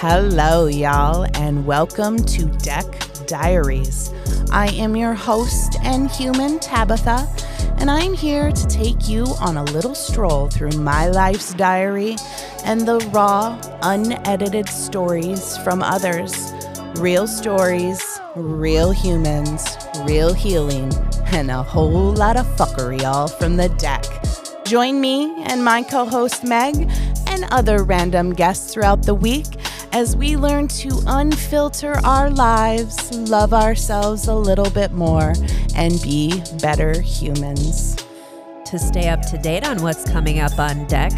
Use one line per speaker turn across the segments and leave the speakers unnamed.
Hello, y'all, and welcome to Deck Diaries. I am your host and human, Tabitha, and I'm here to take you on a little stroll through my life's diary and the raw, unedited stories from others. Real stories, real humans, real healing, and a whole lot of fuckery all from the deck. Join me and my co host Meg and other random guests throughout the week as we learn to unfilter our lives, love ourselves a little bit more, and be better humans.
To stay up to date on what's coming up on deck,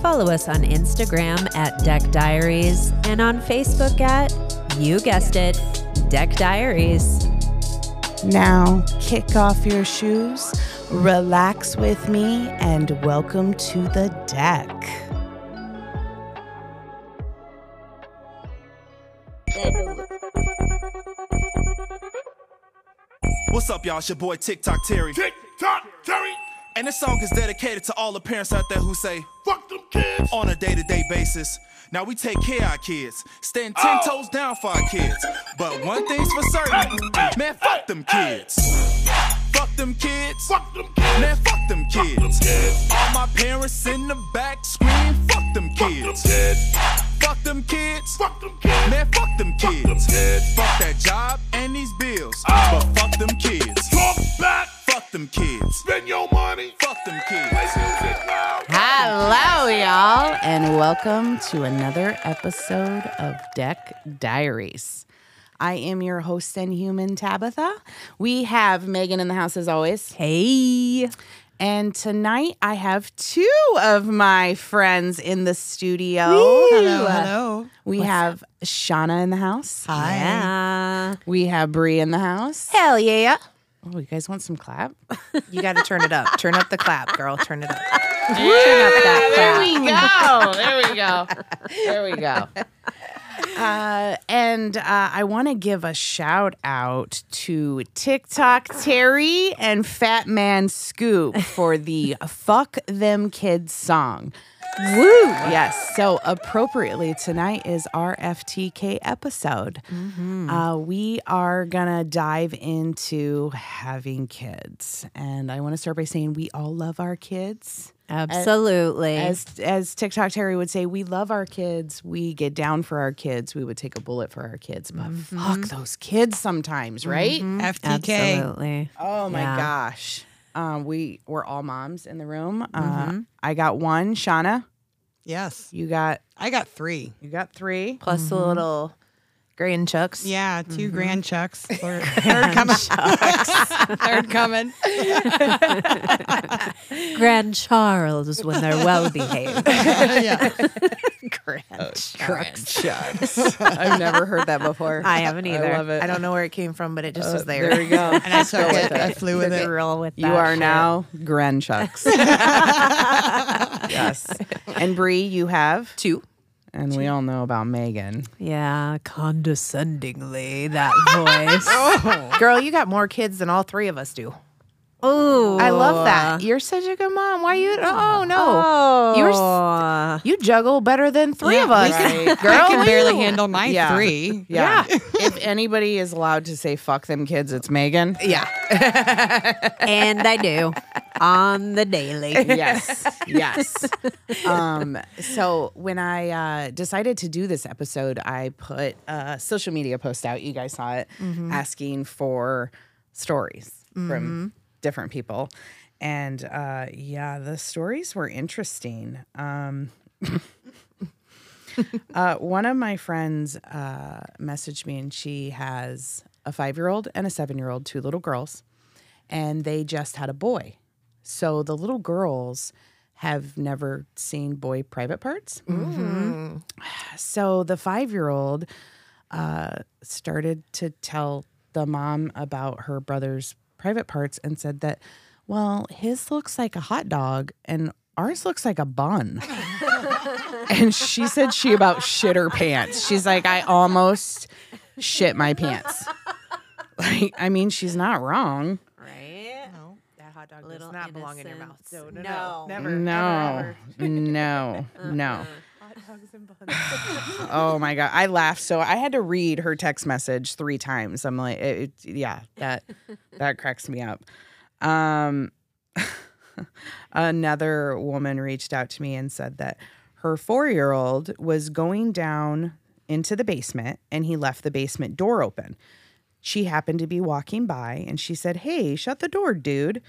follow us on Instagram at Deck Diaries and on Facebook at, you guessed it, Deck Diaries.
Now, kick off your shoes, relax with me, and welcome to the deck.
What's up, y'all? It's your boy TikTok Terry.
Tick tock, Terry.
And this song is dedicated to all the parents out there who say,
Fuck them kids.
on a day to day basis. Now we take care of our kids, stand 10
Oh.
toes down for our kids. But one thing's for certain,
Hey, hey,
man, fuck
hey,
them
hey.
kids. Fuck them kids.
Fuck them kids.
Man, fuck them
Fuck them
kids.
kids.
All my parents in the back scream, fuck them
Fuck them
kids.
kids.
Fuck them kids.
Fuck them kids.
Man, fuck them
Fuck them
kids.
kids.
Fuck that job and these bills.
Oh.
But fuck them kids.
Talk back.
Fuck them kids.
Spend your money.
Fuck them
Play
kids.
music loud.
Hello, y'all, and welcome to another episode of Deck Diaries. I am your host and human, Tabitha. We have Megan in the house as always.
Hey.
And tonight I have two of my friends in the studio.
Hello, hello.
We have Shauna in the house.
Hi.
Yeah.
We have Bree in the house.
Hell yeah.
Oh, you guys want some clap?
You got to turn it up. Turn up the clap, girl. Turn it up.
there we go. There we go. There we go. Uh, and uh, I want to give a shout out to TikTok Terry and Fat Man Scoop for the Fuck Them Kids song. Woo! Yes. So, appropriately, tonight is our FTK episode. Uh, we are going to dive into having kids. And I want to start by saying we all love our kids
Absolutely.
as as TikTok Terry would say, we love our kids. We get down for our kids. We would take a bullet for our kids, but
Mm-hmm.
fuck those kids sometimes, right?
Mm-hmm.
FTK.
Absolutely.
Oh my
Mm-hmm. Yeah.
gosh, um, we we're all moms in the room.
Mm-hmm.
Uh, I got one, Shauna.
Yes.
You got
I got three.
you got three.
Plus the little grand chucks.
Yeah, 2
Mm-hmm.
grand chucks. Third, third coming. third coming.
Grand Charles when they're well behaved.
yeah.
Grand
I've never heard that before.
I haven't either.
I love it.
I don't know where it came from, but it just was there.
There we go.
And I took it. I flew
You
with
could
it.
roll with
You
that
are
shit.
now Grenchucks. yes. And Bree, you have
two.
and we all know about Megan.
Yeah, condescendingly that voice.
Girl, you got more kids than all three of us do.
oh,
I love that. You're such a good mom. Why you? Oh, no. You're
Oh.
s-
You're
you juggle better than three
Yeah,
of us. Girl,
I can barely
you-
handle my
Yeah.
three.
Yeah. if anybody is allowed to say fuck them kids, it's Megan.
Yeah.
and I do on the daily.
Yes. yes. Um, so when I uh, decided to do this episode, I put a social media post out. You guys saw it asking for stories from different people. And uh, yeah, the stories were interesting. Um, uh, one of my friends uh, messaged me, and she has a five year old and a seven year old, two little girls, and they just had a boy. So the little girls have never seen boy private parts. So the five year old uh, started to tell the mom about her brother's private parts and said that, well, his looks like a hot dog and ours looks like a bun. and she said she about shit her pants. She's like, I almost shit my pants. Like, I mean, she's not wrong.
Right?
That hot dog
Little
does not belong in your mouth.
innocence.
No, no, no.
No.
Never.
No, no, no.
Uh-uh. hot dogs and buns.
Oh my god, I laughed so I had to read her text message three times. I'm like, it, it- yeah, that that cracks me up. Um, another woman reached out to me and said that her four year old was going down into the basement and he left the basement door open. She happened to be walking by and she said, "Hey, shut the door, dude."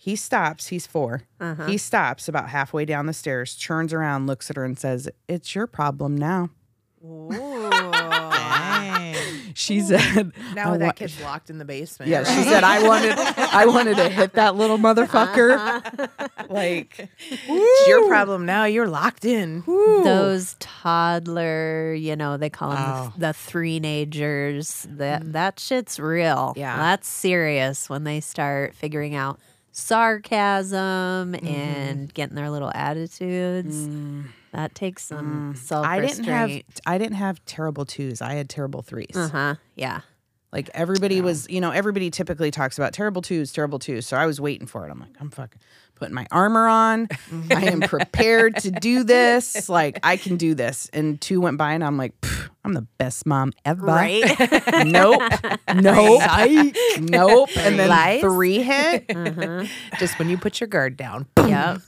He stops. He's 4
Uh-huh.
He stops about halfway down the stairs, turns around, looks at her, and says, "It's your problem now." She said,
Oh, Now
I
that
wa-
kid's locked in the basement.
Yeah, she said I wanted I wanted to hit that little motherfucker. like
it's your problem now. You're locked in.
Those toddler, you know, they call them
Oh.
the, the three-nagers.
Mm.
That that shit's real.
Yeah.
that's serious when they start figuring out sarcasm
Mm-hmm.
and getting their little attitudes. That takes some self
Mm. I didn't have
restraint.
I didn't have terrible twos. I had terrible 3s
Uh huh. Yeah.
Like everybody was, you know, everybody typically talks about terrible twos, terrible twos. So I was waiting for it. I'm like, I'm fucking putting my armor on. I am prepared to do this. Like I can do this. And two went by, and I'm like, "Pff, I'm the best mom ever.
Right.
Nope. Nope. nope. And then
Lies?
three hit.
Mm-hmm. Just when you put your guard down.
yep.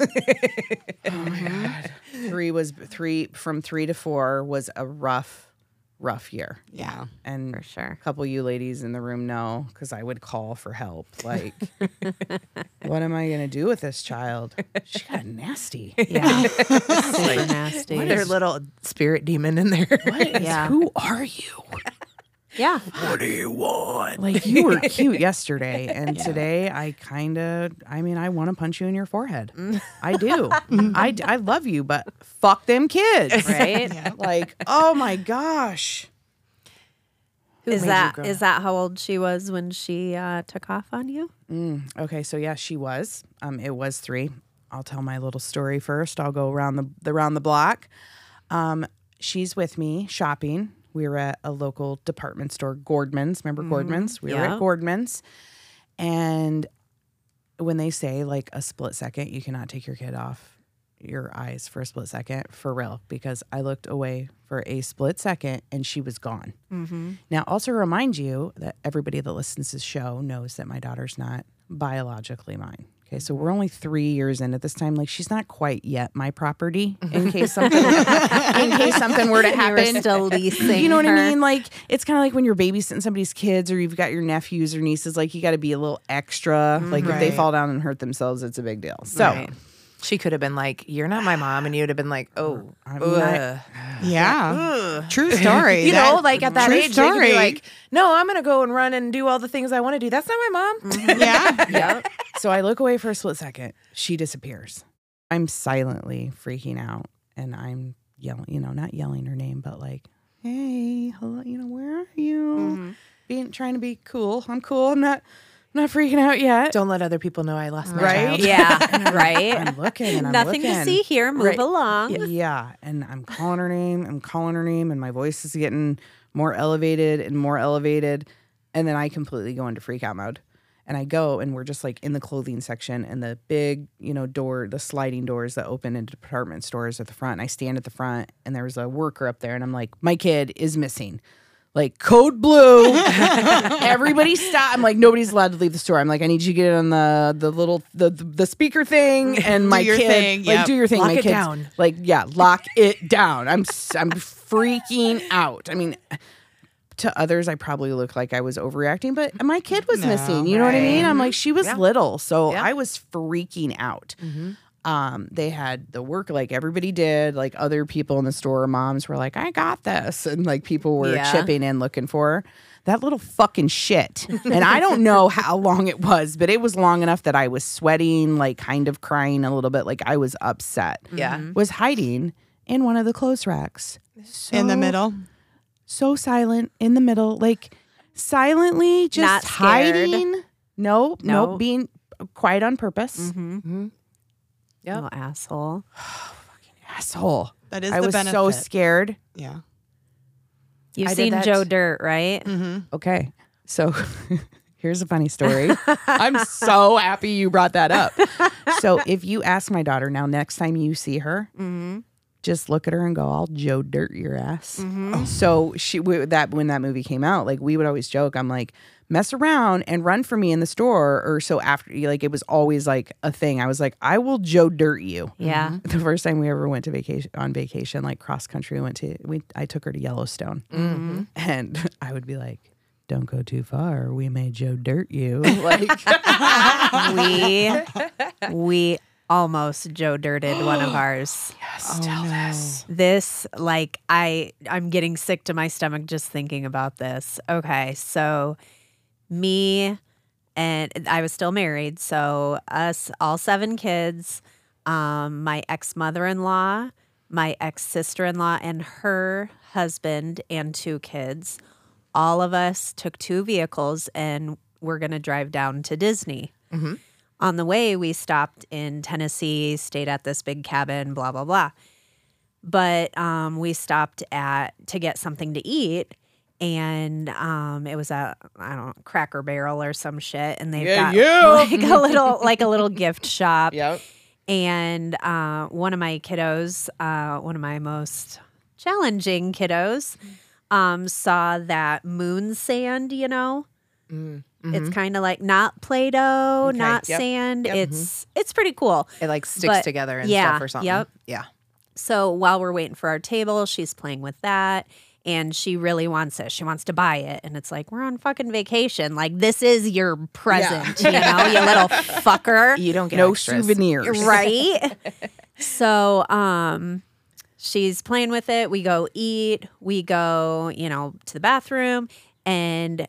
three was three from three to four was a rough, rough year.
Yeah.
And
For sure.
a couple of you ladies in the room know because I would call for help. Like, what am I gonna do with this child? She got nasty.
Yeah. Super nasty.
Their little spirit demon in there.
Yeah.
Who are you?
Yeah.
Like you were cute yesterday, and today I kind of. I mean, I want to punch you in your forehead.
Mm.
I do. I I love you, but fuck them kids.
Right.
Like, oh my gosh.
Is that is that how old she was when she uh, took off on you?
Okay, so yeah, she was. Um, it was three. I'll tell my little story first. I'll go around the, the around the block. Um, she's with me shopping. We were at a local department store, Gordman's. Remember Gordman's? We were
yeah.
at Gordman's, and when they say like a split second, you cannot take your kid off your eyes for a split second, for real, because I looked away for a split second and she was gone. Now, also remind you that everybody that listens to this show knows that my daughter's not biologically mine. Okay, so we're only three years in at this time. Like she's not quite yet my property. In case something, in case something were to
You were
happen,
still leasing.
you know what
her.
I mean? Like it's kind of like when you're babysitting somebody's kids or you've got your nephews or nieces. Like you got to be a little extra. Like if they
Right.
fall down and hurt themselves, it's a big deal. So
Mm-hmm. Right.
She could have been like, "You're not my mom," and you'd have been like, "Oh,
I mean, I-
ugh."
yeah, true story.
you know, like at that
true
age, they could be
story.
like, "No, I'm gonna go and run and do all the things I want to do." That's not my mom.
yeah. yeah. So I look away for a split second. She disappears. I'm silently freaking out and I'm yelling, you know, not yelling her name, but like, hey, hello, you know, where are you?
Mm-hmm.
Being trying to be cool. I'm cool. I'm not I'm not freaking out yet.
Don't let other people know I lost my
Right?
child.
Yeah. Right.
I'm looking and I'm
Nothing to
looking.
see here. Move
Right.
along.
Yeah. And I'm calling her name. I'm calling her name. And my voice is getting more elevated and more elevated. And then I completely go into freak out mode. And I go and we're just like in the clothing section and the big, you know, door, the sliding doors that open into department stores at the front. And I stand at the front and there was a worker up there and I'm like, my kid is missing. Like code blue. Everybody stop. I'm like, nobody's allowed to leave the store. I'm like, I need you to get on the the little the the, the speaker thing and my your kid thing, like yep. do your thing.
Lock
my
it
kid's-
down.
like yeah lock it down i'm s- i'm freaking out i mean to others i probably look like i was overreacting but my kid was missing you know what i mean i'm like she was little so i was freaking out um they had the work like everybody did like other people in the store moms were like i got this and like people were
Yeah.
chipping in looking for her. that little fucking shit and i don't know how long it was but it was long enough that i was sweating like kind of crying a little bit like i was upset
Yeah.
was hiding in one of the clothes racks. So,
in the middle.
So silent in the middle, like silently just
Not scared.
hiding. No, no,
No.
being quiet on purpose.
Mm-hmm.
You Mm-hmm. little asshole.
Asshole.
That is
I
the
was
benefit.
so scared.
yeah.
You've
I did
seen
that
Joe
t- Mm-hmm.
Dirt, right?
Okay. So here's a funny story. I'm so happy you brought that up. So if you ask my daughter now, next time you see her, just look at her and go, "I'll Joe dirt your ass." So she we, that when that movie came out, like we would always joke, I'm like, "Mess around and run for me in the store," or so after. Like it was always like a thing. I was like, "I will Joe dirt you."
Yeah.
The first time we ever went to vacation on vacation, like cross country, we went to we I took her to Yellowstone, and I would be like. Don't go too far. We may Joe dirt you. Like
we we almost Joe dirted one of ours.
Oh,
Yes, tell this. This like I I'm getting sick to my stomach just thinking about this. Okay, so me and I was still married, so us all seven kids, um, my ex mother in law, my ex sister in law, and her husband and two kids. All of us took two vehicles and we're gonna drive down to Disney. On the way, we stopped in Tennessee, stayed at this big cabin, blah, blah, blah. But um, we stopped at to get something to eat. And um, it was a I don't know, Cracker Barrel or some shit, and they've got like a little like a little gift shop.
Yep.
And uh, one of my kiddos, uh, one of my most challenging kiddos, um, saw that moon sand. You know, it's kind of like not Play-Doh,
Mm-hmm. Okay,
not
yep,
sand.
yep. Mm-hmm.
It's it's pretty cool.
It like sticks
But-
together and
yeah,
stuff or something.
yep.
Yeah.
So while we're waiting for our table, she's playing with that and she really wants it. She wants to buy it. And it's like, we're on fucking vacation. Like, this is your present, you know, you little fucker.
You don't get
no
extras.
souvenirs.
Right? so um she's playing with it. We go eat, we go, you know, to the bathroom and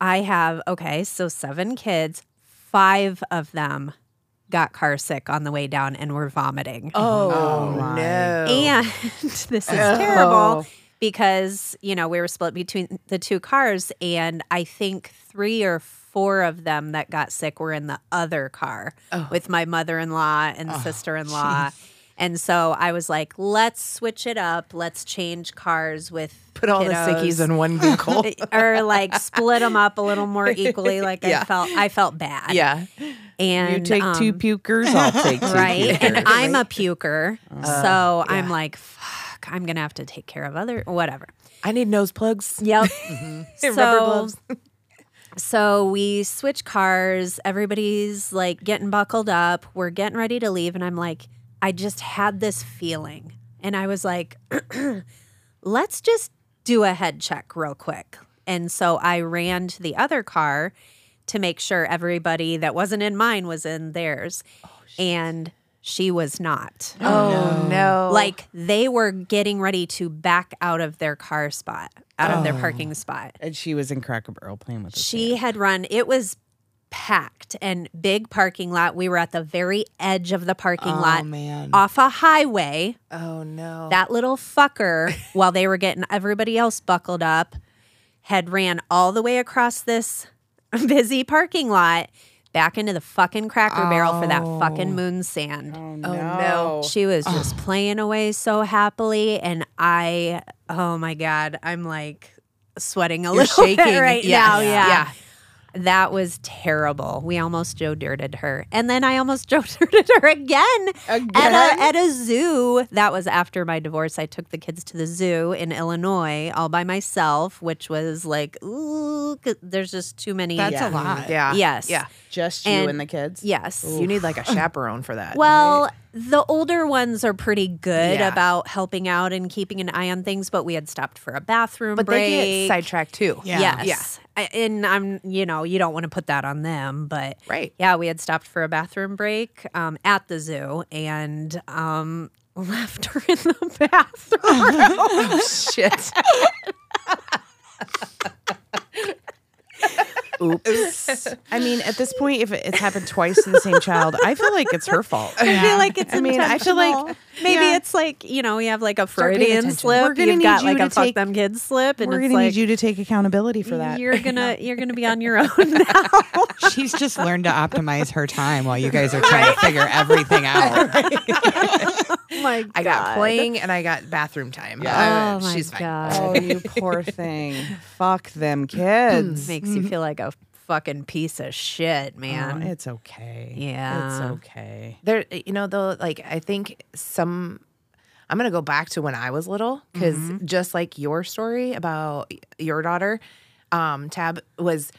I have okay, so seven kids, five of them got car sick on the way down and were vomiting.
Oh,
my.
no.
And this is terrible because, you know, we were split between the two cars, and I think three or four of them that got sick were in the other car
Oh.
with my mother in law and sister in law. And so I was like, let's switch it up. Let's change cars with
Put all the sickies in one vehicle.
or like split them up a little more equally. Like I
Yeah.
felt, I felt bad.
yeah.
and
You take two
um,
pukers, I'll take two
right?
pukers.
And I'm a puker,
uh,
so I'm like, fuck, I'm gonna have to take care of other whatever.
I need nose plugs.
Yep.
And
So-
rubber gloves.
So we switch cars. Everybody's like getting buckled up. We're getting ready to leave, and I'm like, I just had this feeling, and I was like, let's just do a head check real quick. And so I ran to the other car to make sure everybody that wasn't in mine was in theirs, and she was not.
Oh no.
Like they were getting ready to back out of their car spot, out of their
Oh.
parking spot.
And she was in Cracker Barrel playing with us.
She had run, it was packed and big parking lot. We were at the very edge of the parking
Oh,
lot
Oh, man.
off a highway.
Oh no.
That little fucker, while they were getting everybody else buckled up, had ran all the way across this busy parking lot back into the fucking cracker barrel for that fucking moon sand.
Oh
oh
no.
no.
She was just playing away so happily, and I, oh my god, I'm like sweating a little bit
shaking.
right
Yes.
now. Yeah.
Yeah.
that was terrible. We almost Joe dirted her, and then I almost Joe dirted her again, at a at a zoo. That was after my divorce. I took the kids to the zoo in Illinois all by myself, which was like, ooh, 'cause there's just too many.
That's
Yeah.
a lot. Yeah.
Yes.
Yeah.
Just you
And-
and, the kids.
Yes.
You need like a chaperone for that.
Well, the older ones are pretty good
Yeah.
about helping out and keeping an eye on things, but we had stopped for a bathroom
but
break.
they get sidetracked too.
Yeah.
Yes. I- and I'm, you know, you don't want to put that on them, but
Right.
yeah, we had stopped for a bathroom break um, at the zoo and um, left her in the bathroom.
Shit.
Oops. I mean, at this point, if it- it's happened twice to the same child, I feel like it's her fault.
I feel like it's
I mean, I feel
intentional.
like-
maybe
yeah.
it's like you know we have like a
paying
Freudian
attention.
We're
slip.
gonna
You've
need
got
you
like
to
a fuck
take-
them kids slip, and
We're
it's
gonna
like "Mm,
need you to take accountability for that.
You're gonna you're gonna be on your own now.
She's just learned to optimize her time while you guys are trying to figure everything out.
my
I got playing and I got bathroom time.
Yeah.
Uh, she's fine.
oh, you poor thing. Fuck them kids.
Makes you feel like a fucking piece of shit,
Oh,
man.
it's okay.
Yeah.
It's okay.
eh, There, you know, though, like I think some, I'm going to go back to when I was little because just like your story about your daughter, um, Tab was.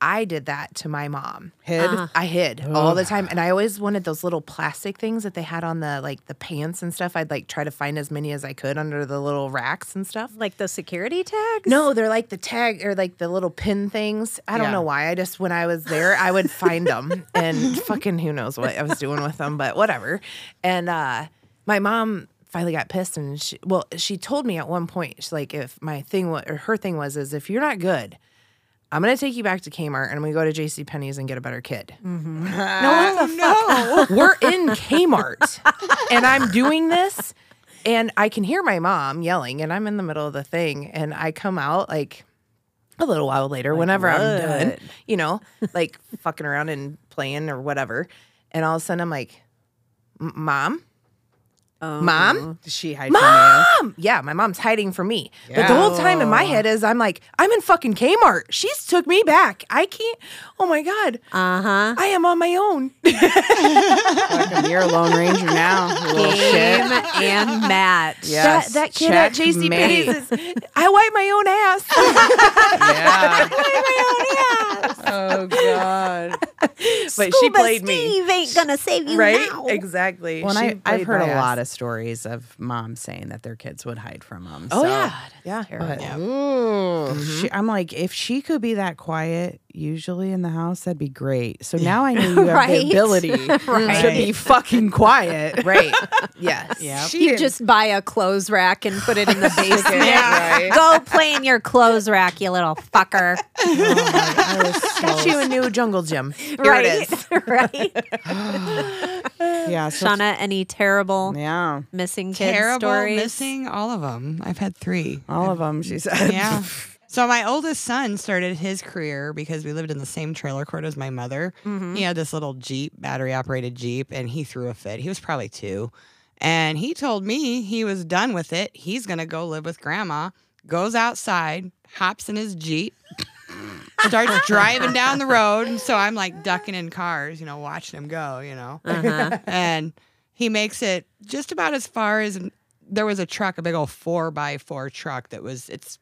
I did that to my mom. Hid? I hid all the time. And I always wanted those little plastic things that they had on the like the pants and stuff. I'd like try to find as many as I could under the little racks and stuff.
Like the security tags?
No, they're like the tag or like the little pin things. I don't know why. I just when I was there, I would find them and fucking who knows what I was doing with them, but whatever. And uh my mom finally got pissed and she well, she told me at one point, she's like if my thing was or her thing was is if you're not good, I'm gonna take you back to Kmart and we go to JC Penney's and get a better kid. No, what the fuck? We're in Kmart and I'm doing this and I can hear my mom yelling and I'm in the middle of the thing and I come out like a little while later whenever I'm done, you know, like fucking around and playing or whatever. And all of a sudden I'm like, "M- Mom? Mom?
Does she hide from
Mom! Yeah, my mom's hiding from me. But the whole time in my head is I'm like, I'm in fucking Kmart. She's took me back. I can't. Oh my God.
Uh
Uh-huh.
huh.
I am on my own.
you? Fucking, You're a Lone Ranger now. you little
Oh,
shit.
Game and match.
Yes.
that, that kid at JC Penney's is I wipe my own ass.
Yeah. oh God.
but she played me.
ain't gonna save you
Right? Exactly.
Well,
She
and I, I've
played
heard
my
a
ass.
lot of stories of moms saying that their kids would hide from them.
Oh
so-
yeah. Yeah.
But she, I'm like, if she could be that quiet usually in the house, that'd be great. So now I know you have
Right.
the ability to be fucking quiet.
Right. Yes.
She
You just buy a clothes rack and put it in the basement.
Go play in your clothes rack, you little fucker.
Oh
Got you a new jungle gym.
right? right?
yeah, so
Shauna, any terrible
yeah,
missing kids
Terrible
stories?
missing all of them. I've had three.
all of them. She said,
yeah. So my oldest son started his career because we lived in the same trailer court as my mother. He had this little Jeep, battery operated Jeep, and he threw a fit. He was probably two. And he told me he was done with it. He's going to go live with grandma. Goes outside, hops in his Jeep, starts driving down the road. And so I'm like ducking in cars, you know, watching him go, you know. and he makes it just about as far as there was a truck, a big old four by four truck that was, it's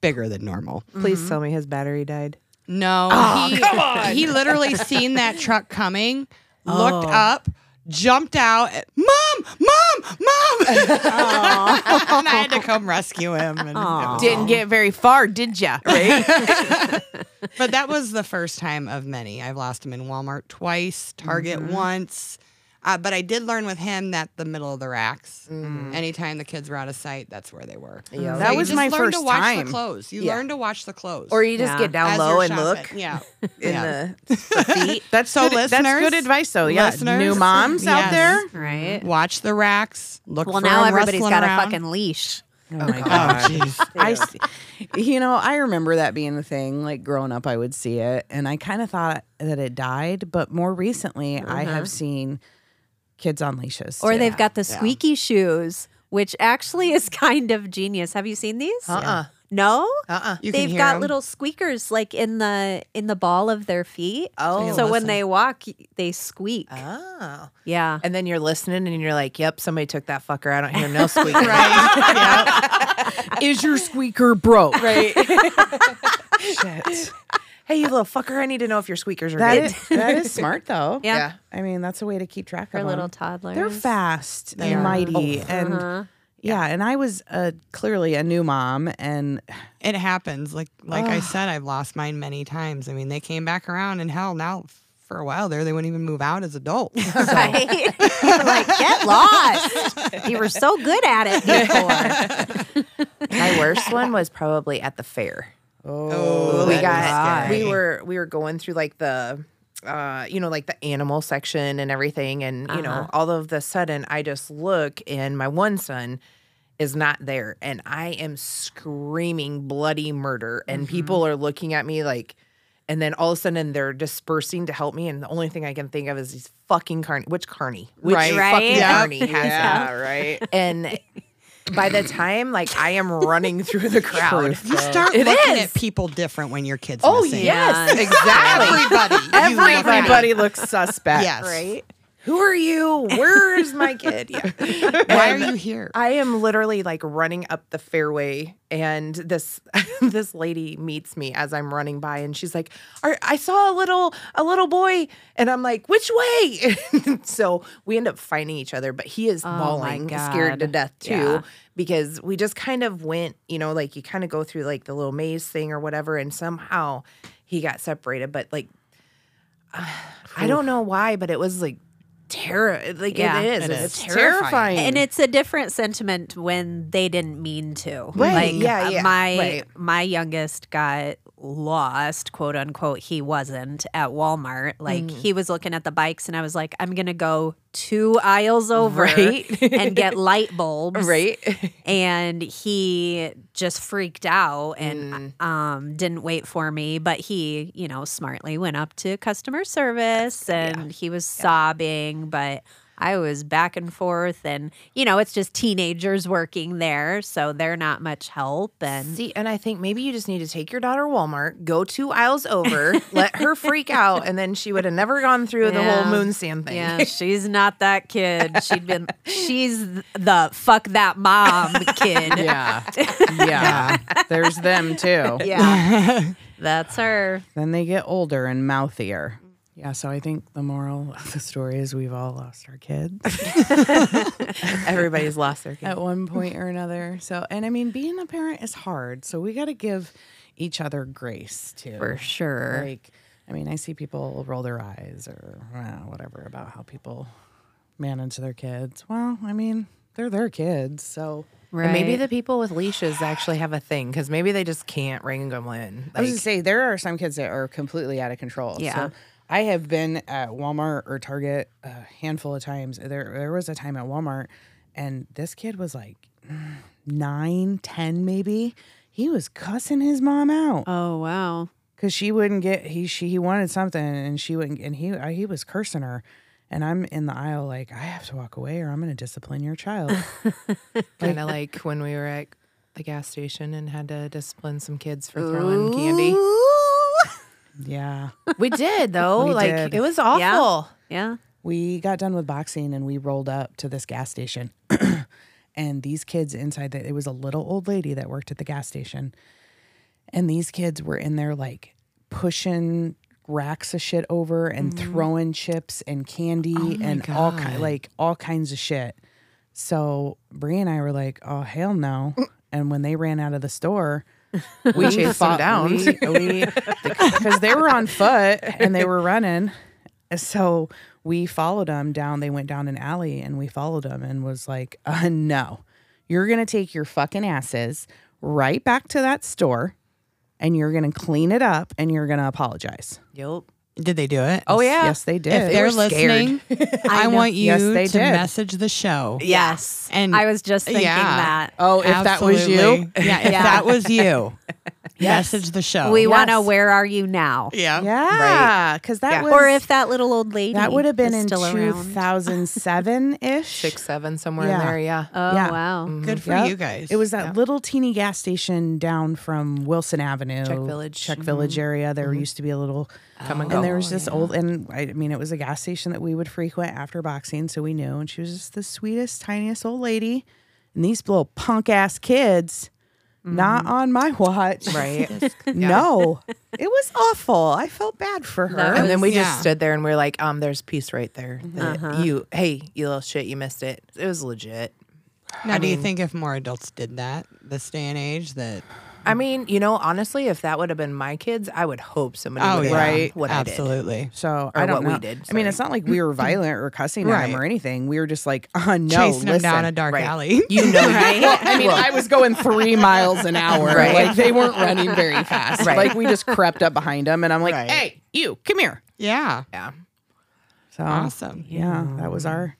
bigger than normal. Oh,
Please tell me his battery died.
No, he, he literally seen that truck coming, looked up, jumped out, mom, mom, mom, and I had to come rescue him. And,
Didn't get very far, did ya? Right?
But that was the first time of many. I've lost him in Walmart twice, Target once. Uh, but I did learn with him that the middle of the racks, anytime the kids were out of sight, that's where they were.
Yeah.
So
That
you
was
just
my
learn to
first
watch
time.
The clothes. You
Yeah.
learn to watch the clothes.
or you just
Yeah.
get down
as
low
you're
and
shopping.
look
Yeah.
in
yeah.
the, the feet.
"That's
So
good, That's good
listeners-
advice, though. Oh, Yeah,
listeners,
new moms out
yes.
there.
Right.
Watch the racks. Look.
Well,
for
now
'em
everybody's
rustling
got
around.
a fucking leash.
Oh my
Oh jeez.
I, s- you know, I remember that being the thing. Like growing up, I would see it, and I kind of thought that it died. But more recently, I have seen kids on leashes,
Or
too.
they've got the squeaky shoes, which actually is kind of genius. Have you seen these?
Uh-uh.
No?
Uh-uh.
You can
They've
hear
got
'em.
little squeakers like in the in the ball of their feet.
Oh.
so when they walk, y- they squeak.
Oh.
yeah.
And then you're listening and you're like, yep, somebody took that fucker. I don't hear no squeak.
is your squeaker broke?
Shit. Hey, you little fucker. I need to know if your squeakers are
That
good.
is, that is smart though.
Yeah.
Yeah.
I mean, that's a way to keep track
For
of
little
them.
toddlers.
They're fast and mighty, and Oh, uh-huh. yeah. And I was uh, clearly a new mom, and
It happens. Like like I said, I've lost mine many times. I mean, they came back around, and hell, now for a while there, they wouldn't even move out as adults.
Right? like, get lost. You were so good at it before.
My worst one was probably at the fair.
oh,
we
that
got
is
we
scary.
were we were going through like the uh you know like the animal section and everything and you know all of the sudden i just look and my one son is not there and i am screaming bloody murder and people are looking at me like and then all of a sudden they're dispersing to help me and the only thing i can think of is these fucking carney which carney which
Right.
fucking
Right.
carney has yeah right and by the time like i am running through the crowd
You start
It
looking
is.
at people different when your kids.
Oh
missing.
yes,
Yeah.
exactly.
everybody, You look at-
everybody looks suspect.
Yes,
Right?
who are you? Where is my kid? Yeah.
Why are
And-
you here?
I am literally like running up the fairway, and this this lady meets me as I'm running by, and she's like, "Are- "I saw a little a little boy," and I'm like, "Which way?" so we end up finding each other, but he is
Oh my
bawling, scared to
God.
death too,
Yeah.
because we just kind of went, you know, like you kind of go through like the little maze thing or whatever, and somehow he got separated, but like I don't know why, but it was like terror. Like
Yeah,
it is,
it
it's
is.
terrifying.
and it's a different sentiment when they didn't mean to.
Right.
Like
Yeah,
uh,
yeah,
my
right.
my youngest got lost, quote unquote. He wasn't at Walmart. Like
Mm.
he was looking at the bikes and I was like, I'm gonna go two aisles over
Right.
and get light bulbs.
right.
And he just freaked out and um, didn't wait for me. But he, you know, smartly went up to customer service and he was sobbing. But I was back and forth. And, you know, it's just teenagers working there. So they're not much help. And
See, and I think maybe you just need to take your daughter to Walmart, go two aisles over, let her freak out, and then she would have never gone through the
Yeah.
whole moon sand thing.
yeah, she's not that kid. She'd been, she's the fuck that mom kid.
Yeah. Yeah. There's them too.
yeah. That's her.
Then they get older and mouthier. Yeah, so I think the moral of the story is we've all lost our kids
Everybody's lost their
Oh,
kid.
at one point or another. So, and I mean, being a parent is hard. So we got to give each other grace too.
For sure.
Like, I mean, I see people roll their eyes or uh, whatever about how people manage their kids. Well, I mean, they're their kids. So
right.
And Maybe the people with leashes actually have a thing because maybe they just can't ring them in.
I was
Like,
gonna say there are some kids that are completely out of control.
Yeah.
So I have been at Walmart or Target a handful of times. There there was a time at Walmart and this kid was like mm, nine, ten maybe. He was cussing his mom out
Oh, wow.
because she wouldn't get he she he wanted something and she wouldn't and he I, he was cursing her and I'm in the aisle like I have to walk away or I'm gonna discipline your child.
kind of like when we were at the gas station and had to discipline some kids for throwing candy.
yeah.
We did though. like
did.
it was awful.
Yeah.
we got done with boxing and we rolled up to this gas station and these kids inside that it was a little old lady that worked at the gas station and these kids were in there like pushing racks of shit over and
Mm-hmm.
throwing chips and
Oh
candy and all ki- like all kinds of shit so Brie and I were like, "Oh hell no!" And when they ran out of the store, we
chased them down.
because they were on foot and they were running. So we followed them down. They went down an alley and we followed them and was like, uh, "No, you're gonna take your fucking asses right back to that store." And you're gonna clean it up, and you're gonna apologize.
Yup.
Did they do it?
Oh yeah.
Yes, they
If
did.
they're
were scared.
listening, I want you
Yes, they
to
did.
message the show.
Yes.
And-
I was just thinking
yeah.
that.
oh, if that was you,
Absolutely. Yeah, if
Yeah.
that was you, message the
Oh,
show.
We want to where are you now?
yeah.
yeah, because that was
Or if that little old lady
That would have been
is
in
still around.
2007 ish.
Six seven somewhere in
Yeah.
there, yeah.
Oh
yeah.
wow.
Good for
Yep.
you guys.
It was that little teeny gas station down from Wilson Avenue,
Czech Village. Mm-hmm.
Czech Village area. There used to be a little,
Come and go.
and there was this old, and I mean, it was a gas station that we would frequent after boxing, so we knew. And she was just the sweetest, tiniest old lady, and these little punk ass kids. Not on my watch.
Mm-hmm. Right.
No. It was awful. I felt bad for her.
and then we
yeah. Uh-huh.
just stood there and we are like, um, there's peace right there. that You, hey, you little shit, you missed it. It was legit.
Now, do you think if more adults did that this day and age, that
I mean, you know, honestly, if that would have been my kids, I would hope somebody
oh
would
yeah,
right what I did.
absolutely.
So
Or
I don't
what
know.
we did,
I mean,
sorry.
it's not like we were violent or cussing at him
Right.
or anything. We were just like, uh no,
Chasing them
listen.
down a dark
Right.
alley.
You know,
Well, I mean, I was going three miles an hour.
Right.
Like they weren't running very fast.
Right.
Like we just crept up behind them, and I'm like,
Right.
"Hey, you, come here."
yeah,
yeah,
So
awesome.
yeah, that was our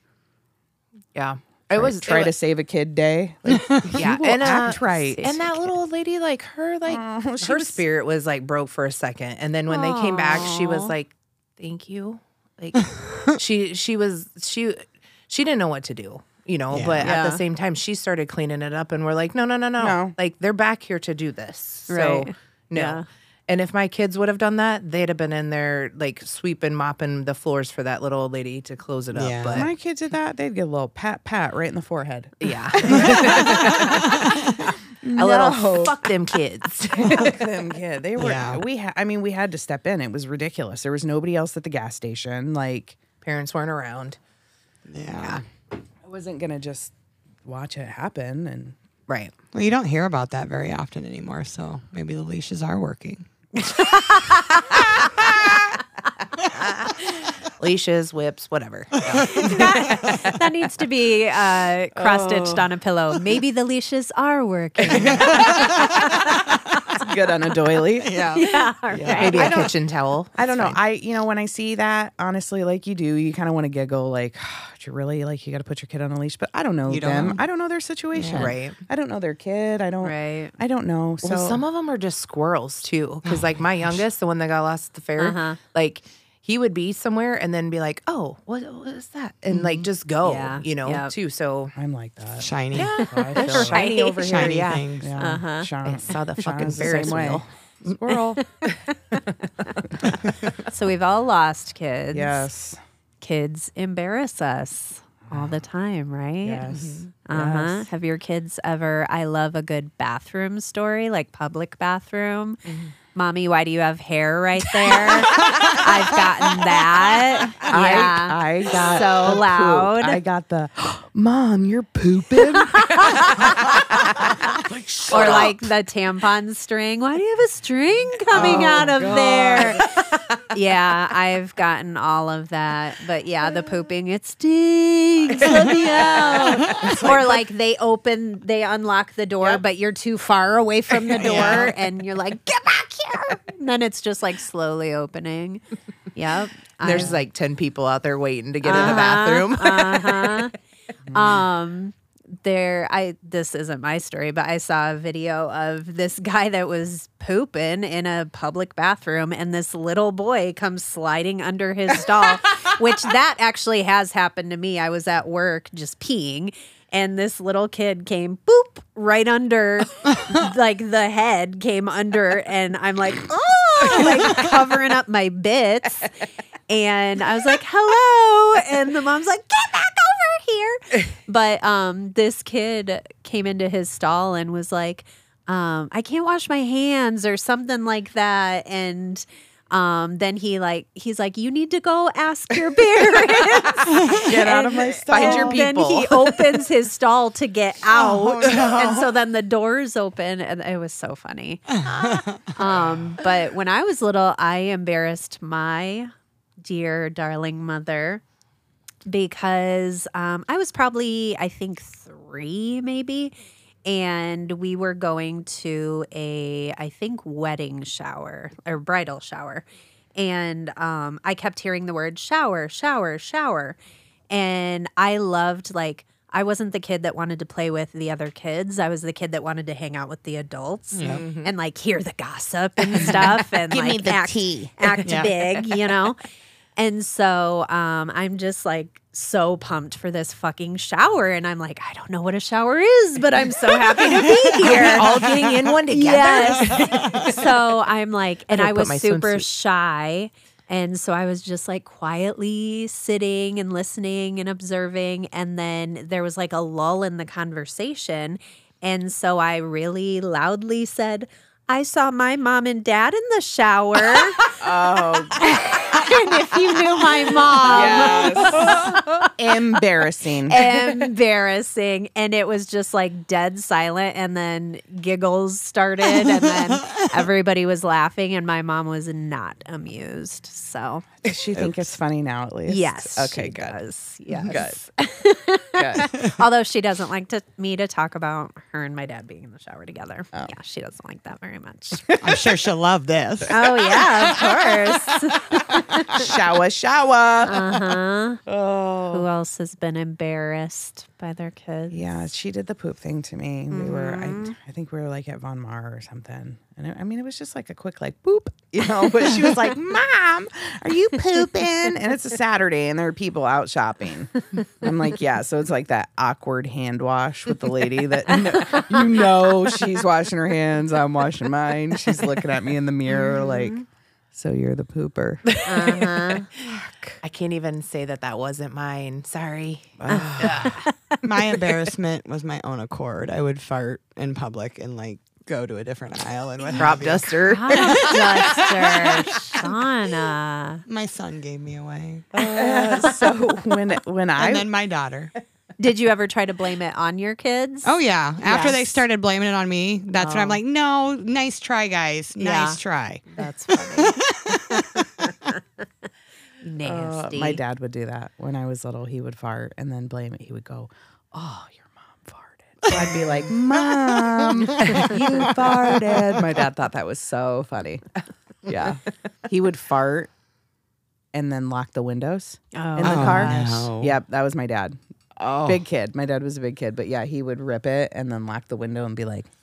yeah. It was
try
it
to
was,
save a kid day. Like,
yeah,
will act right.
uh, and that little old lady, like her, like her spirit was like broke for a second, and then when they came back, she was like, "Thank you." Like she she was she she didn't know what to do, you know.
Yeah.
But at the same time, she started cleaning it up, and we're like, "No, no, no, no!
No.
Like they're back here to do this." So
Right.
no.
Yeah.
And if my kids would have done that, they'd have been in there like sweeping, mopping the floors for that little old lady to close it up.
Yeah.
But
If my kids did that, they'd get a little pat pat right in the forehead.
yeah, a little fuck them kids.
Them kid, they were.
Yeah.
We ha- I mean, we had to step in. It was ridiculous. There was nobody else at the gas station. Like,
Parents weren't around,
Yeah.
I wasn't gonna just watch it happen. And
right?
Well, you don't hear about that very often anymore, so maybe the leashes are working.
Leashes, whips, whatever.
Mm.
that needs to be uh, cross
Oh.
stitched on a pillow. Maybe the leashes are working.
good on a doily.
yeah, right.
Maybe a kitchen towel.
I don't know. I you know when I see that, honestly, like you do, you kind of want to giggle. Like, do you really like you got to put your kid on a leash? But I don't know
You don't
them.
know.
I don't know their situation.
Right.
I don't know their kid. I don't.
Right.
I don't know. So
well, some of them are just squirrels too. Because like Oh my Uh-huh. youngest, the one that got lost at the fair, like he would be somewhere and then be like, "Oh, what was that?" and like just go,
Yeah,
you know,
yep.
too. So
I'm like that.
Shiny.
I feel like-
shiny over here,
Shiny
yeah.
things.
Yeah. Sean,
saw the
Sean's
fucking
the
Ferris
same way.
wheel.
Squirrel.
So we've all lost kids.
yes.
Kids embarrass us all the time, right?
Yes.
Uh huh. Have your kids ever? I love a good bathroom story, like public bathroom.
Mm-hmm.
Mommy, why do you have hair right there? I've gotten that. yeah.
I, I got
So
the poop.
loud.
I got the mom. You're pooping.
or like the tampon string. Why do you have a string coming
Oh,
out of
God.
there? yeah, I've gotten all of that. But yeah, the pooping, it stinks. Let me out. or like they open, they unlock the door, but you're too far away from the door and you're like, get back here. And then it's just like slowly opening. Yep.
There's like ten people out there waiting to get in the bathroom.
uh huh. um, there, I this isn't my story, but I saw a video of this guy that was pooping in a public bathroom, and this little boy comes sliding under his stall, which that actually has happened to me. I was at work just peeing. And this little kid came boop right under, like the head came under, and I'm like, oh, like covering up my bits. And I was like, hello. And the mom's like, get back over here. But um, this kid came into his stall and was like, um, I can't wash my hands or something like that. And um, then he like he's like, you need to go ask your parents.
Get out of my stall.
Find your
Then he
people.
opens his stall to get out, and so then the doors open, and it was so funny. um, but when I was little, I embarrassed my dear darling mother because um, I was probably, I think, three maybe. And we were going to a, I think, wedding shower or bridal shower. And um, I kept hearing the word shower, shower, shower. And I loved, like, I wasn't the kid that wanted to play with the other kids. I was the kid that wanted to hang out with the adults and, like, hear the gossip and stuff and, like, act, act
Yeah.
big, you know? And so um, I'm just like so pumped for this fucking shower. And I'm like, I don't know what a shower is, but I'm so happy to be here.
all getting in one together.
Yes. so I'm like, and
better
I
put
was
my
super
swimsuit.
shy. And so I was just like quietly sitting and listening and observing. And then there was like a lull in the conversation. And so I really loudly said, I saw my mom and dad in the shower. and
oh,
if you knew my mom,
yes. Embarrassing.
embarrassing and it was just like dead silent and then giggles started and then everybody was laughing and my mom was not amused so
Does she think it's funny now at least?
yes
Okay,
she
good.
does. yes
Good.
although she doesn't like to me to talk about her and my dad being in the shower together
Oh.
yeah she doesn't like that very much
I'm sure she'll love this.
oh yeah of course
shower, shower.
Uh huh.
Oh.
Who else has been embarrassed by their kids?
Yeah, she did the poop thing to me. We were,
Mm-hmm.
I, I think we were like at Von Mar or something. And I, I mean, it was just like a quick, like, boop, you know, but she was like, Mom, are you pooping? And it's a Saturday and there are people out shopping. I'm like, Yeah. So it's like that awkward hand wash with the lady that you know, you know she's washing her hands. I'm washing mine. She's looking at me in the mirror, like,
Mm-hmm.
So you're the pooper.
I can't even say that that wasn't mine. Sorry.
my embarrassment was my own accord. I would fart in public and like go to a different aisle and what
Prop
have you.
duster.
Pop duster, Shauna.
My son gave me away,
Uh, so when when I
and then my daughter.
Did you ever try to blame it on your kids?
Oh yeah. After they
Yes.
started blaming it on me, that's when I'm like, no, nice try, guys.
Yeah.
Nice try.
That's funny. Nasty.
Uh, my dad would do that when I was little. He would fart and then blame it. He would go, "Oh, your mom farted." So I'd be like, "Mom, you farted." My dad thought that was so funny. Yeah, he would fart and then lock the windows in the
Oh,
car.
no.
Yep, that was my dad.
Oh.
Big kid. My dad was a big kid, but yeah, he would rip it and then lock the window and be like,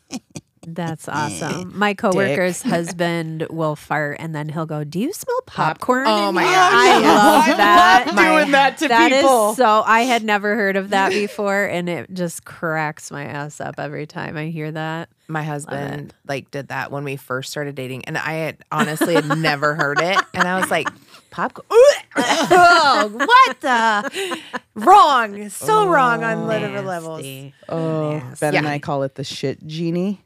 That's awesome. My coworker's husband will fart and then he'll go, "Do you smell popcorn?"
Oh,
in
my
here?"
God.
I
Yes.
I
love
love
that.
doing that to
that is
people.
so. I had never heard of that before, and it just cracks my ass up every time I hear that.
My husband like did that when we first started dating, and I had honestly had never heard it, and I was like, "Popcorn,
oh, what the
wrong, so wrong on whatever levels."
Nasty.
"Oh." Ben and
Yeah.
I call it the shit genie.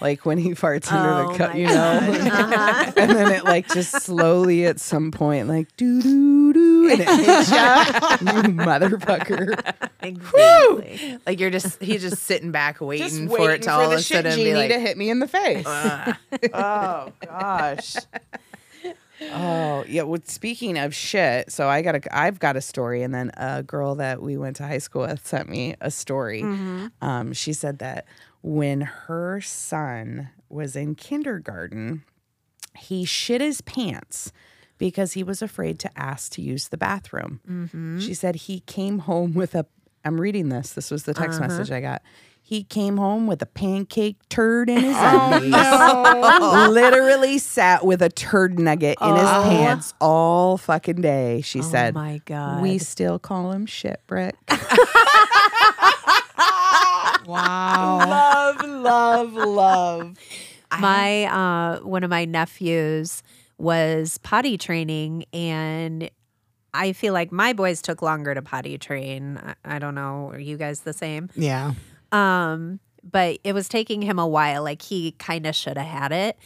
Like when he farts under
Oh
the
my
cup, you know.
God. Uh-huh.
and then it like just slowly at some point like doo doo doo and it hits ya. you motherfucker
Exactly.
Like you're just he's just sitting back waiting,
Just
for it
waiting
to all
the
of a
shit
sudden
genie
be like, "Uh."
to hit me in the face
"Ugh."
oh gosh oh yeah well speaking of shit so i got a i've got a story and then a girl that we went to high school with sent me a story
Mm-hmm.
um, she said that when her son was in kindergarten he shit his pants because he was afraid to ask to use the bathroom. She said he came home with a. I'm reading this. This was the text message I got. He came home with a pancake turd in his undies. Literally sat with a turd nugget in his
Oh.
pants all fucking day. She
Oh
said,
my god.
"We still call him shit brick."
Wow.
love, love, love.
my uh one of my nephews was potty training and I feel like my boys took longer to potty train. I, I don't know, are you guys the same?
yeah.
Um, but it was taking him a while. Like he kind of should have had it.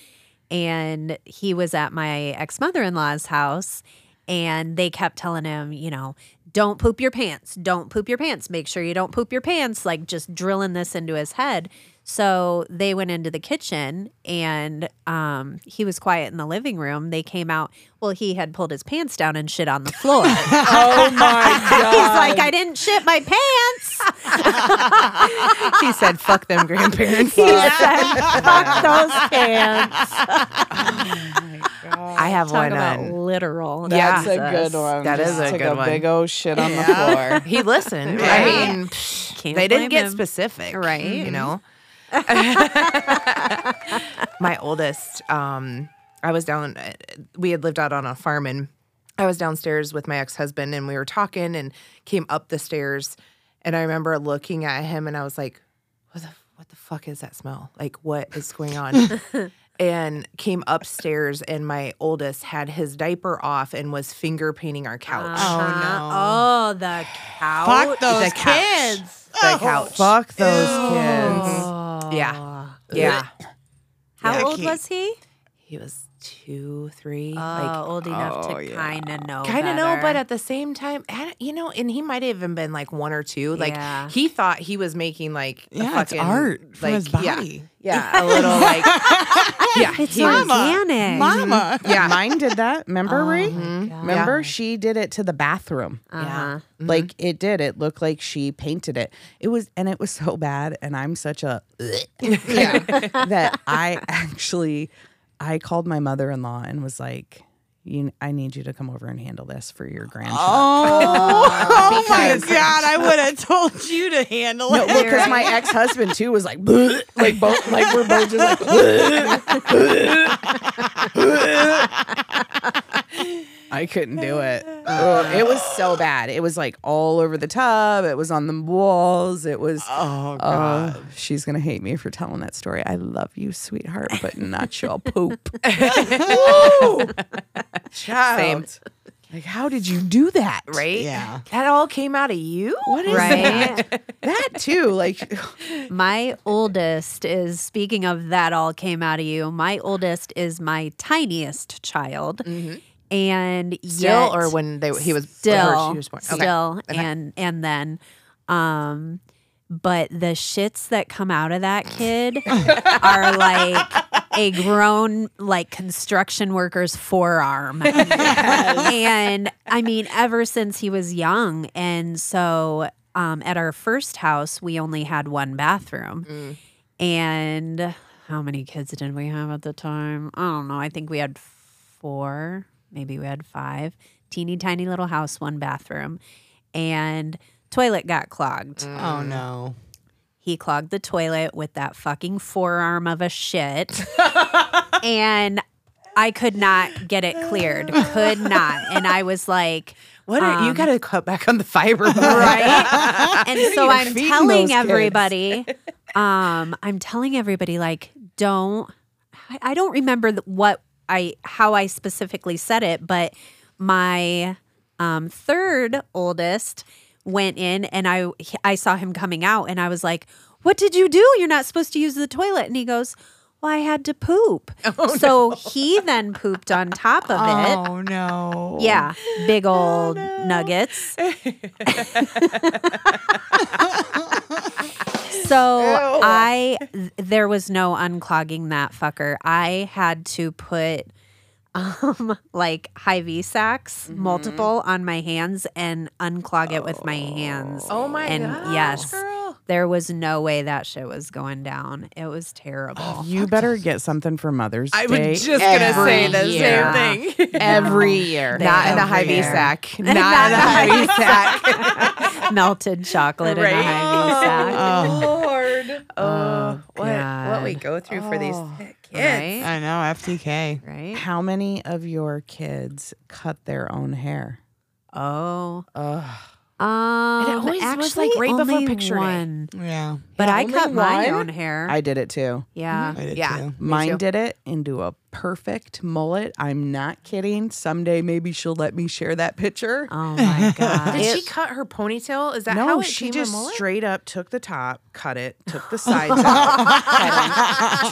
And he was at my ex mother in law's house, and they kept telling him, you know, don't poop your pants. Don't poop your pants. Make sure you don't poop your pants. Like just drilling this into his head. So they went into the kitchen and um, he was quiet in the living room. They came out. Well, he had pulled his pants down and shit on the floor.
Oh my
He's like, I didn't shit my pants.
he said, "Fuck them grandparents."
He said, "Fuck those pants."
I have
Talk
one um,
about
on.
literal.
Yeah.
That's a good
Jesus.
one.
That is
Just
a
took
good one.
Big old shit on the floor.
He listened.
Right.
I mean, psh,
Can't
they didn't
blame
get
him.
specific,
Right.
You know. My oldest, um, I was down. We had lived out on a farm, and I was downstairs with my ex husband, and we were talking, and came up the stairs, and I remember looking at him, and I was like, "What the what the fuck is that smell? Like, what is going on?" and came upstairs and my oldest had his diaper off and was finger painting our couch.
Oh. Uh-huh. Oh, the couch.
Fuck those
the couch.
kids.
The couch.
Oh.
Fuck those kids.
Oh. Yeah. Yeah.
How
Yeah.
old was he?
He was two, three.
Oh,
like, oh,
old enough to kind of know.
kind of know, but
better.
at the same time, I don't- you know, and he might have even been like one or two. Like,
Yeah.
he thought he was making like a
Yeah, it's
fucking
art from
like,
his
yeah.
body.
Yeah, a little like, yeah.
it's
he was-
organic.
Mama.
yeah.
Mine did that. Remember, Ree? Mm-hmm. Remember,
Yeah.
she did it to the bathroom.
Uh-huh.
Like it did. It looked like she painted it. It was, and it was so bad. And I'm such a that I actually, I called my mother in law and was like, you, I need you to come over and handle this for your grandchild.
Oh, my
because-
God. I would have told you to handle
No,
it.
well, because my ex husband too was like, "Bleh," like both, like we're both just like. "Bleh, bleh, bleh." I couldn't do it. Ugh, it was so bad. It was like all over the tub. It was on the walls. It was.
Oh,
Oh, she's gonna hate me for telling that story. I love you, sweetheart, but not your poop. Woo! Child. Like, how did you do that?
right?
Yeah.
That all came out of you?
What is
Right?
that too?
Oh,
Like,
My oldest is, speaking of that all came out of you, my oldest is my tiniest child. And
Mm-hmm. Still
yet,
or when they he was
still,
or she was born. Okay.
still, and and then, um, but the shits that come out of that kid are like a grown like construction worker's forearm, and I mean ever since he was young, and so um, at our first house we only had one bathroom,
Mm.
and how many kids did we have at the time? I don't know. I think we had four, maybe we had five. Teeny tiny little house, one bathroom, and toilet got clogged.
Oh, no.
He clogged the toilet with that fucking forearm of a shit. and I could not get it cleared. Could not. And I was like,
What are you
Um,
got to cut back on the fiber,
right? and so
You're
I'm
feeding
telling
those kids.
everybody, um, I'm telling everybody, like, don't. I, I don't remember th- what I how I specifically said it, but my um, third oldest went in, and I he- I saw him coming out, and I was like, "What did you do? You're not supposed to use the toilet." And he goes. Well, I had to poop.
Oh,
so he then pooped on top of it.
Oh, no.
Yeah, big old nuggets.
Oh,
so I, th- there was no unclogging that fucker. I had to put um like high V sacks,
Mm-hmm.
multiple on my hands and unclog it with my hands.
Oh my
And
gosh,
yes,
girl.
there was no way that shit was going down. It was
Oh,
terrible.
You better get something for Mother's Day.
I was just gonna say the
year.
same thing.
every year.
Not in a high V sack. Not in a high V sack.
Melted chocolate in a
Right. Oh,
high V sack.
Lord. Oh, what, what we
God.
go through for these kids.
Right?
I know. FTK.
Right?
How many of your kids cut their own hair?
Oh.
Ugh.
Um,
always
actually,
was, like, right before
only
picture day.
one.
Yeah.
But I
only
cut my
one?
own hair.
I Mm-hmm. did it too.
yeah.
I did
Yeah.
too.
Mine
too.
did it into a perfect mullet. I'm not kidding. Someday maybe she'll let me share that picture.
Oh my god.
Did she cut her ponytail? Is that
no,
how it
she
came
just
a mullet?
straight up took the top, cut it, took the sides out, cut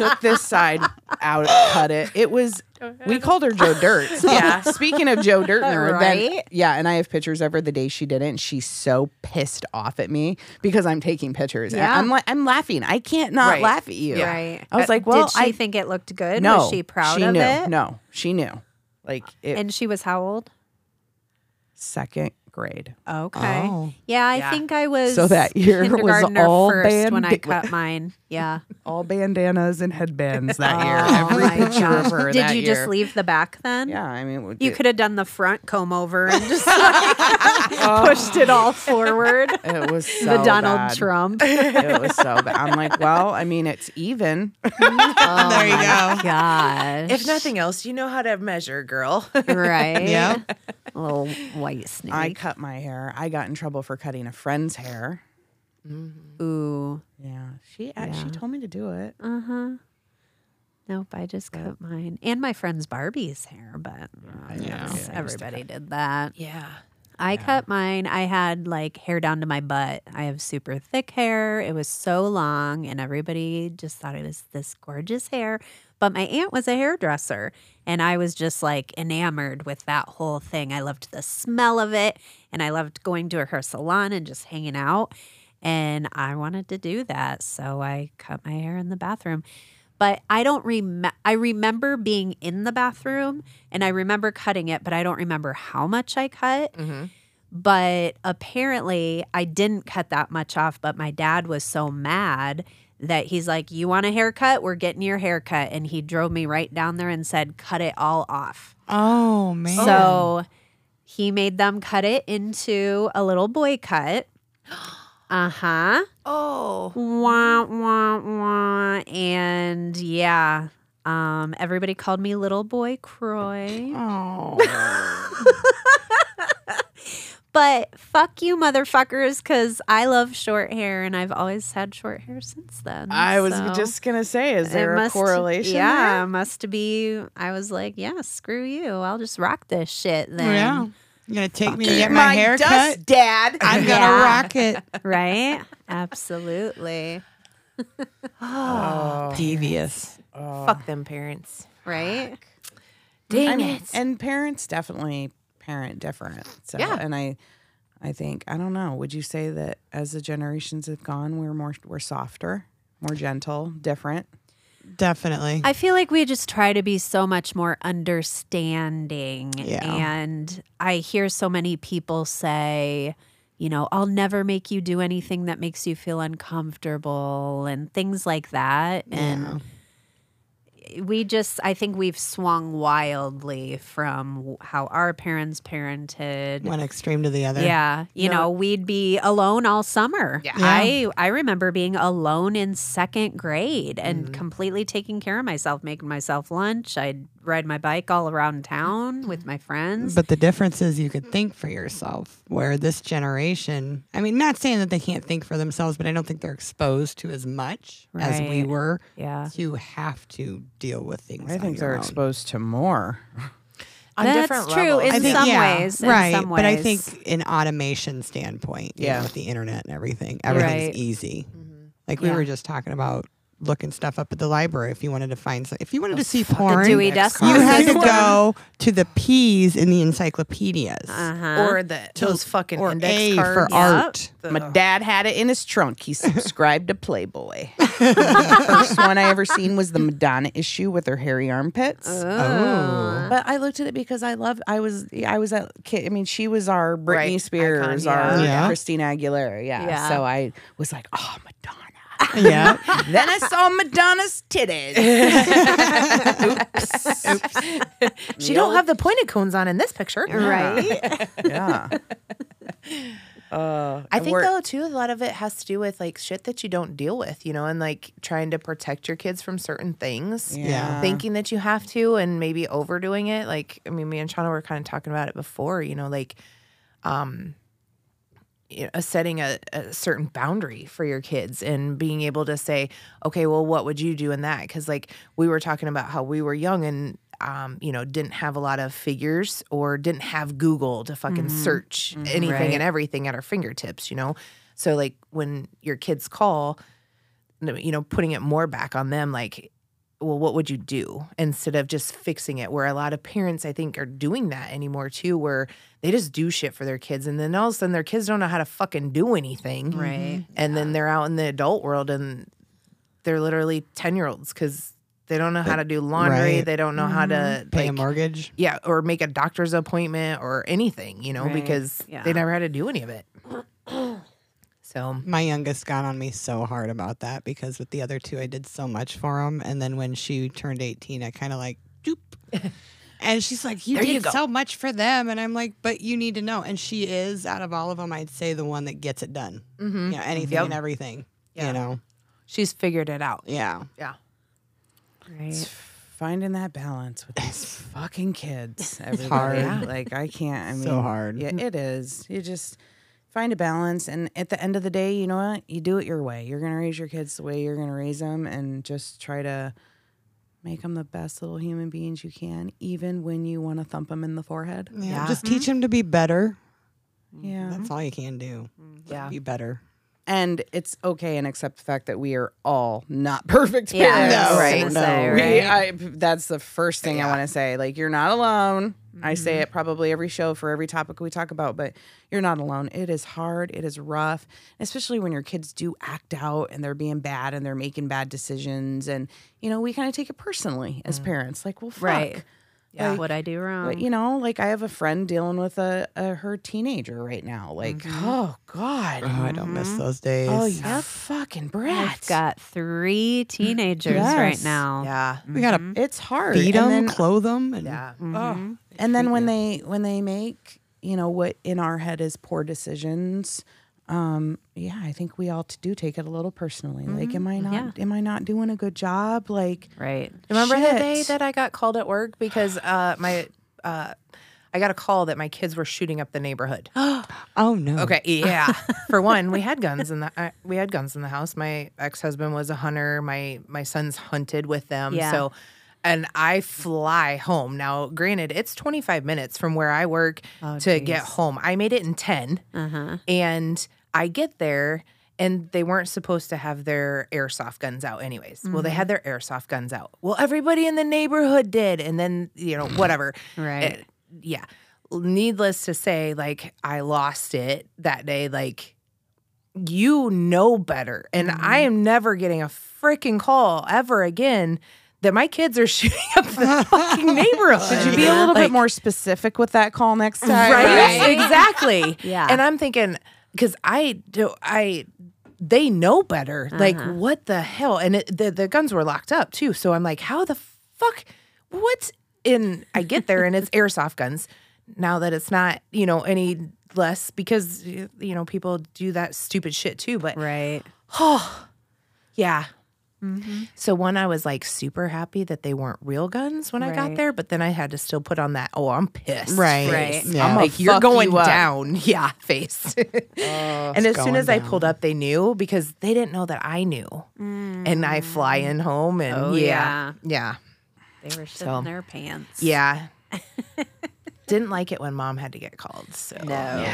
'em, took this side out, cut it. It was we called her Joe Dirt.
Yeah.
Speaking of Joe Dirtner, then
Right?
yeah, and I have pictures of her the day she did it, and she's so pissed off at me because I'm taking pictures. And
Yeah.
I'm like, I'm laughing. I can't not
Right.
laugh at you.
Right.
I was
Uh,
like, well,
did she
I
think it looked good?
no.
was she proud of
knew.
it?
No, she knew. Like it,
And she was how old?
second grade.
Okay.
Oh.
Yeah, I
Yeah.
think I was
So that year was
kindergartner
all
first when I
bandi-
cut mine. Yeah.
All bandanas and headbands that year.
Oh
Every
my
picture
gosh.
of her
Did
that
you
year.
just leave the back then?
Yeah, I mean, would
You
it-
could have done the front comb over and just like pushed it all forward.
It was so
the Donald
bad.
Trump.
It was so bad. I'm like, well, I mean, it's even.
there you go.
Gosh.
If nothing else, you know how to measure, girl.
right?
Yeah.
little white snake.
I cut my hair. I got in trouble for cutting a friend's hair.
Ooh.
Yeah, she act- she told me to do it.
Uh huh. Nope, I just cut mine and my friend's Barbie's hair, but uh, yes, everybody did that.
yeah.
I cut mine. I had like hair down to my butt. I have super thick hair. It was so long, and everybody just thought it was this gorgeous hair. But my aunt was a hairdresser, and I was just like enamored with that whole thing. I loved the smell of it, and I loved going to her salon and just hanging out. And I wanted to do that. So I cut my hair in the bathroom but I don't remember. I remember being in the bathroom and I remember cutting it, but I don't remember how much I cut.
Mm-hmm.
But apparently, I didn't cut that much off. But my dad was so mad that he's like, You want a haircut? We're getting your haircut. And he drove me right down there and said, Cut it all off.
Oh man.
So he made them cut it into a little boy cut. Uh huh.
Oh.
Wah, wah, wah. And yeah, um, everybody called me Little Boy Croy. Oh. But fuck you, motherfuckers, because I love short hair and I've always had short hair since then.
I was
Mm-hmm. so
just gonna say, is there
it must-
a correlation?
Yeah, must be. I was like, yeah, screw you. I'll just rock this shit then.
yeah. You're gonna take me to get
there?
my, hair cut.
dust, Dad.
I'm gonna
Yeah. Oh,
rock it.
Right? Absolutely.
Devious.
Fuck them parents.
Right?
I mean, and parents definitely parent different. So,
Yeah.
and I, I think I don't know. Would you say that as the generations have gone, we're more we're softer, more gentle, different?
Definitely.
I feel like we just try to be so much more understanding.
Yeah.
And I hear so many people say, you know, I'll never make you do anything that makes you feel uncomfortable and things like that. And we just, I think we've swung wildly from how our parents parented.
One extreme to the other.
Yeah, you know, we'd be alone all summer.
Yeah.
I I remember being alone in second grade and
Mm-hmm.
completely taking care of myself, making myself lunch. I'd ride my bike all around town with my friends.
But the difference is you could think for yourself. Where this generation, I mean, not saying that they can't think for themselves, but I don't think they're exposed to as much as we
Right.
were
yeah.
to have to deal with things.
I
on
think
your
they're
own.
exposed to more.
On
That's
different
true.
levels.
It's-
I
in
think,
some
yeah,
ways, in
right?
some
But I
ways.
think in automation standpoint, yeah,
Yeah.
with the internet and everything, everything's
Right. Mm-hmm.
easy. Like we
Yeah.
were just talking about looking stuff up at the library if you wanted to find some, if you wanted to see
The
porn.
Dewey
You
Decimal
had to
System.
go to the P's in the encyclopedias.
Uh-huh.
or the those fucking
or
index
A
cards.
for art.
My dad had it in his trunk. He subscribed to Playboy. First one I ever seen was the Madonna issue with her hairy armpits.
Oh.
But I looked at it because I love. I was. I was a kid. I mean, she was our Britney
Right,
Spears,
icon,
our
yeah. Yeah.
Christina Aguilera. Yeah.
Yeah.
So I was like, oh, Madonna.
Yeah.
then I saw Madonna's titties.
She don't have the pointed cones on in this picture.
Right.
yeah. Uh,
I think
we're-
though too a lot of it has to do with like shit that you don't deal with, you know, and like trying to protect your kids from certain things.
Yeah.
Thinking that you have to and maybe overdoing it. Like I mean, me and Shauna were kind of talking about it before, you know, like um you know, setting a, a certain boundary for your kids and being able to say, okay, well, what would you do in that? Because like we were talking about how we were young and um, you know didn't have a lot of figures or didn't have Google to fucking search anything and everything at our fingertips, you know. So like when your kids call, n- you know, putting it more back on them, like. Well, what would you do instead of just fixing it? Where a lot of parents, I think, are doing that anymore too, where they just do shit for their kids, and then all of a sudden their kids don't know how to fucking do anything,
Right.
and then they're out in the adult world and they're literally 10 year olds because they don't know how to do laundry.
Right.
They don't know how to
Pay a
like,
mortgage.
yeah, or make a doctor's appointment or anything, you know,
Right.
because
Yeah.
they never had to do any of it. so,
My youngest got on me so hard about that because with the other two, I did so much for them. And then when she turned 18, I kind of like, doop. And she's like, You
There you
did
go.
so much for them. And I'm like, But you need to know. And she is, out of all of them, I'd say the one that gets it done.
mhm.
You know, anything
Yep.
and everything.
Yeah.
You know?
she's figured it out.
Yeah.
Yeah.
Right.
finding that balance with these fucking kids. Everybody.
hard.
Like I can't. I mean,
So hard.
Yeah, it is. You just find a balance, and at the end of the day, you know what? You do it your way. You're gonna raise your kids the way you're gonna raise them, and just try to make them the best little human beings you can, even when you want to thump them in the forehead.
Yeah. Just
Mm-hmm.
teach them to be better.
Yeah.
That's all you can do.
Mm-hmm. Yeah.
Be better.
And it's okay and accept the fact that we are all not perfect
Yeah,
parents.
I was
Right.
gonna say,
We-
right?
I, that's the first thing I want to say. Like, you're not alone. I
Mm-hmm.
say it probably every show for every topic we talk about, but you're not alone. It is hard. It is rough, especially when your kids do act out and they're being bad and they're making bad decisions. And, you know, we kind of take it personally as parents. Like, well, fuck.
Mm. Right.
Yeah.
Like,
what I do wrong.
But, you know, like I have a friend dealing with a, a her teenager right now. Like,
Mm-hmm.
oh god,
Oh, I don't
Mm-hmm.
miss those days.
oh you fucking
I've
brats.
got three teenagers
Yes.
right now.
Yeah.
We gotta
it's hard.
feed
and
them,
then,
clothe them, and
Mm-hmm. Yeah. Mm-hmm.
oh,
and then when they when they make you know what in our head is poor decisions. Um, yeah, I think we all t- do take it a little personally. Like, am I not? Am I not doing a good job? Like,
Right.
Remember that day
Shit.
that I got called at work because uh, my uh, I got a call that my kids were shooting up the neighborhood.
oh no.
Okay, yeah. For one, we had guns in the uh, we had guns in the house. My ex husband was a hunter. My my sons hunted with them.
Yeah.
So, and I fly home now. Granted, it's twenty five minutes from where I work to get home. I made it in 10 and I get there. And they weren't supposed to have their airsoft guns out, anyways. Well, they had their airsoft guns out. Well, everybody in the neighborhood did. And then, you know, whatever.
Right.
Uh, yeah. Needless to say, like I lost it that day. Like you know better, and I am never getting a freaking call ever again that my kids are shooting up the fucking neighborhood.
should you be a little bit more specific with that call next time?
right? exactly.
Yeah.
And I'm thinking because I do I. They know better. Like what the hell? And it, the the guns were locked up too. So I'm like, how the fuck? What's in? I get there and it's airsoft guns. Now that it's not you know any less because you know people do that stupid shit too. But
Right.
yeah. So one, I was like super happy that they weren't real guns when I got
Right.
there, but then I had to still put on that. Oh, I'm pissed.
Right.
Right.
Yeah.
I'm like, you're
fuck
going
you up."
down. Yeah, face. and as soon as I pulled up, they knew because they didn't know that I knew. And I fly in home and
Oh,
yeah. Yeah.
They were shitting
So-
their pants.
Yeah. didn't like it when mom had to get called. So
No.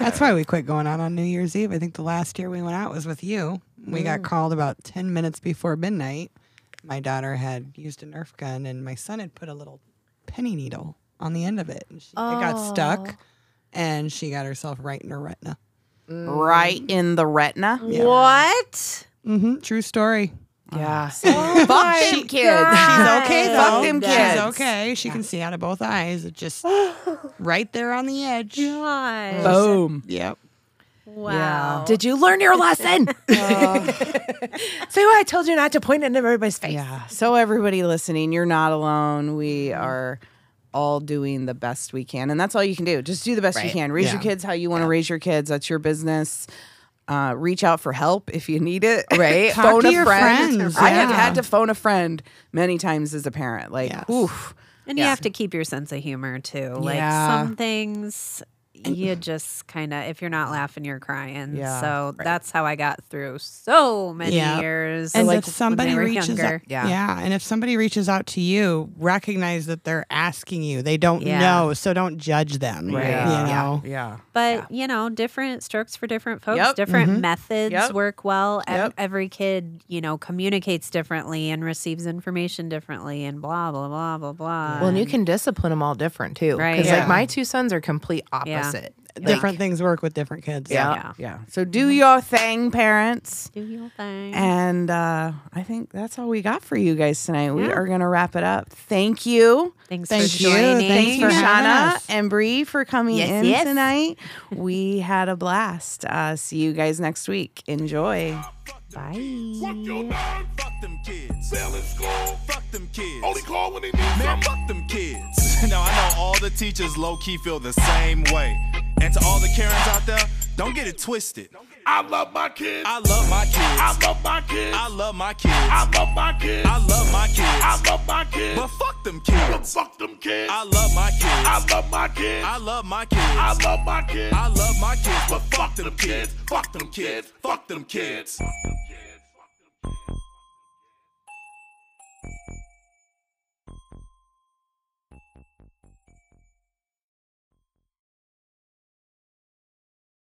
That's why we quit going out on New Year's Eve. I think the last year we went out was with you. We got called about 10 minutes before midnight. My daughter had used a Nerf gun and my son had put a little penny needle on the end of it. And she, It got stuck and she got herself right in her retina.
right in the retina.
What?
hmm True story.
yeah.
Fuck them kids.
She's okay though.
Fuck them kids.
She's okay. She can see out of both eyes. It's just right there on the edge.
God.
Boom.
Yep.
Wow.
Did you learn your lesson? Say what I told you not to point in everybody's face.
Yeah. So everybody listening, you're not alone. We are all doing the best we can, and that's all you can do. Just do the best you
Right.
can. Raise your
Yeah.
kids how you want to raise your kids. That's your business. Uh, reach out for help if you need it. Right.
Talk
phone
to
a
your
friend.
friends,
I have
yeah.
had to phone a friend many times as a parent. Like,
Yes.
oof.
And you have to keep your sense of humor too. Like
Yeah.
some things you just kind of if you're not laughing you're crying.
Yeah,
so that's how I got through so many
Yeah.
years.
and
like,
if somebody
when they were
reaches
younger.
out, yeah. and if somebody reaches out to you recognize that they're asking you they don't
Yeah.
know so don't judge them
Right.
you
Yeah.
know?
Yeah.
But you know, different strokes for different folks.
Yep.
Different methods
Yep.
work well. Ev-
Yep.
Every kid, you know, communicates differently and receives information differently, and blah blah blah blah blah.
Well, and you can discipline them all different too.
Right.
Because
Yeah.
like my two sons are complete opposite.
different things work with different kids
Yeah.
Yeah. So do your thing, parents.
do your thing.
And uh, I think that's all we got for you guys tonight. We are going to wrap it up. Thank you.
Thanks
Thank
for
you.
joining.
Thanks
Thanks for
having
Shauna
us.
and Bree for coming
Yes,
in
yes.
tonight. We had a blast. Uh, see you guys next week. Enjoy.
Fuck your nine.
Fuck them kids.
Still in school.
Fuck them kids.
Only call when they need
Man,
something.
fuck them kids. now I know all the teachers low key feel the same way. And to all the Karens out there, don't get it twisted.
I love my kids.
I love my
I
kids.
love my kids.
I love my kids.
I love my kids.
I love my
I
kids.
love my kids.
But fuck them
But
kids.
fuck them kids.
I love my
I
kids.
love my kids.
I love my
I
kids.
love my kids.
I love my kids.
But fuck them kids. Fuck them kids. Fuck them kids.